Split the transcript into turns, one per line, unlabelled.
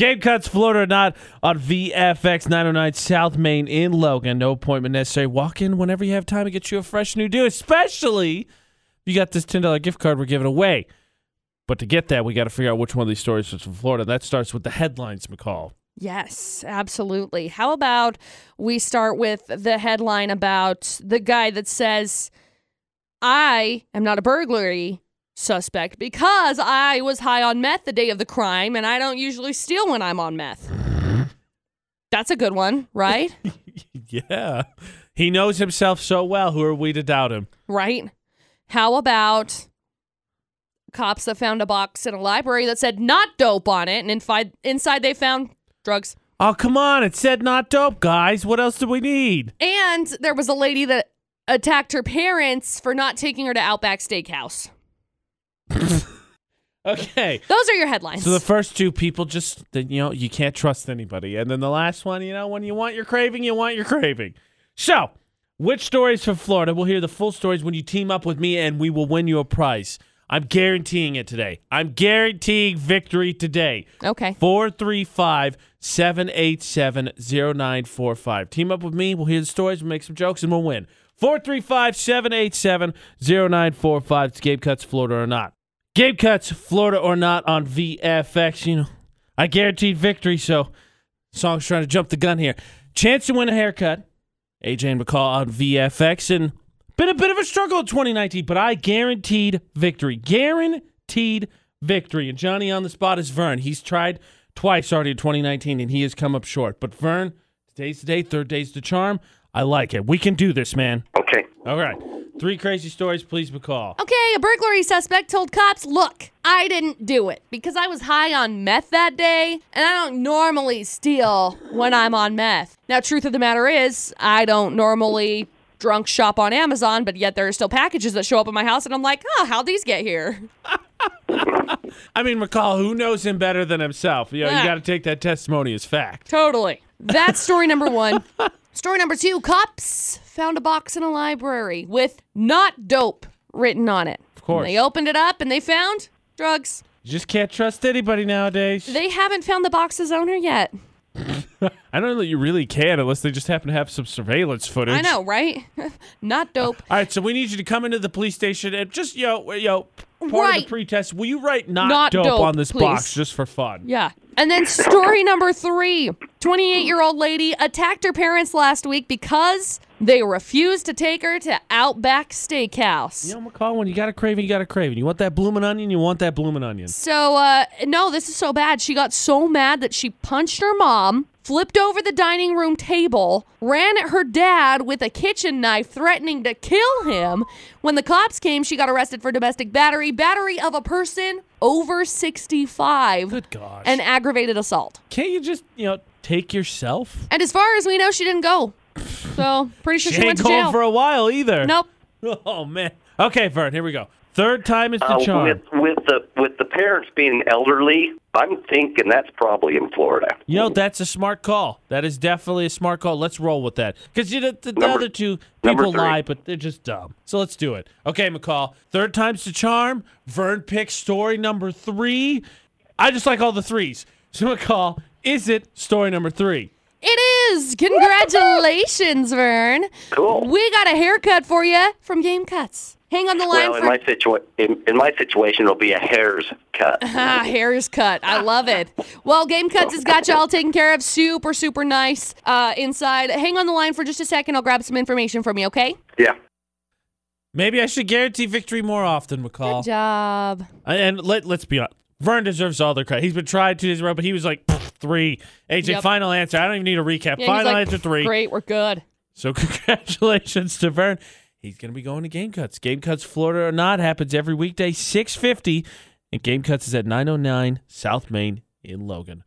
Gamecocks, Florida or not on VFX 909 South Main in Logan. No appointment necessary. Walk in whenever you have time to get you a fresh new deal, especially if you got this $10 gift card we're giving away. But to get that, we got to figure out which one of these stories is from Florida. That starts with the headlines, McCall.
Yes, absolutely. How about we start with the headline about the guy that says, I am not a burglary suspect because I was high on meth the day of the crime and I don't usually steal when I'm on meth. That's a good one, right?
yeah. He knows himself so well. Who are we to doubt him?
right? How about cops that found a box in a library that said not dope on it and inside, inside they found drugs?
Oh, come on. It said not dope, guys. What else do we need?
And there was a lady that attacked her parents for not taking her to Outback Steakhouse.
Okay.
Those are your headlines.
So the first two people just, then, you know, you can't trust anybody. And then the last one, you know, when you want your craving, you want your craving. So, which stories from Florida? We'll hear the full stories when you team up with me and we will win you a prize. I'm guaranteeing it today. I'm guaranteeing victory today.
okay.
435 787 0945. Team up with me. We'll hear the stories, we'll make some jokes, and we'll win. 435 787 0945. It's Gabe Cuts, Florida or not. Gabe Cuts, Florida or not on VFX. You know, I guaranteed victory, so Song's trying to jump the gun here. Chance to win a haircut. AJ and McCall on VFX. And been a bit of a struggle in 2019, but I guaranteed victory. Guaranteed victory. And Johnny on the spot is Vern. He's tried twice already in 2019, and he has come up short. But Vern, today's the day, third day's the charm. I like it. We can do this, man.
Okay.
All right. Three crazy stories, please, McCall.
Okay, a burglary suspect told cops, look, I didn't do it because I was high on meth that day, and I don't normally steal when I'm on meth. Now, truth of the matter is, I don't normally drunk shop on Amazon, but yet there are still packages that show up at my house, and I'm like, oh, how'd these get here?
I mean, McCall, who knows him better than himself? You know, you
Yeah.
got to take that testimony as fact.
Totally. That's story number one. story number two cops found a box in a library with not dope written on it. Of
course.
they opened it up and they found drugs.
You just can't trust anybody nowadays.
They haven't found the box's owner yet.
I don't know that you really can unless they just happen to have some surveillance footage.
I know, right? not dope.
All right, so we need you to come into the police station and just yo yo part of
Right.
the pretest. Will you write not,
Not
dope,
dope,
on this box
please.
just for fun?
Yeah. And then story number three 28 year old lady attacked her parents last week because they refused to take her to Outback Steakhouse.
You know, McCall, when you got a craving, you got a craving. You want that bloomin' onion, you want that bloomin' onion.
So, uh, no, this is so bad. She got so mad that she punched her mom, flipped over the dining room table, ran at her dad with a kitchen knife, threatening to kill him. When the cops came, she got arrested for domestic battery, battery of a person over 65,
Good gosh.
and aggravated assault.
can't you just, you know, take yourself?
And as far as we know, she didn't go. So, pretty sure she,
She
went
ain't
to
going
jail.
for a while either.
nope.
Oh man. Okay, Vern, here we go. Third time is the
Uh,
charm.
with with the with the parents being elderly, I'm thinking that's probably in Florida.
You know, that's a smart call. That is definitely a smart call. Let's roll with that. Because you know, the, the
Number-
other two
number
people
three.
lie, but they're just dumb. So let's do it. Okay, McCall. Third time's the charm. Vern picks story number three. I just like all the threes. So McCall, is it story number three?
It is. Congratulations, Vern.
Cool.
We got a haircut for you from Game Cuts. Hang on the line
well, in
for
my situa- in, in my situation, it'll be a hair's cut.
Ah, hair's cut. I love it. Well, Game Cuts has got you all taken care of. Super, super nice uh, inside. Hang on the line for just a second. I'll grab some information from you, okay?
yeah.
Maybe I should guarantee victory more often, McCall.
Good job.
And let let's be honest. Vern deserves all the credit. He's been tried two days in a row, but he was like "Pfft, three. AJ,
Yep.
final answer. I don't even need a recap.
Yeah, he's
final
like,
answer three.
Great, we're good.
So congratulations to Vern. He's going to be going to Game Cuts. Game Cuts, Florida or not, happens every weekday, 650. And Game Cuts is at 909 South oh Main in Logan.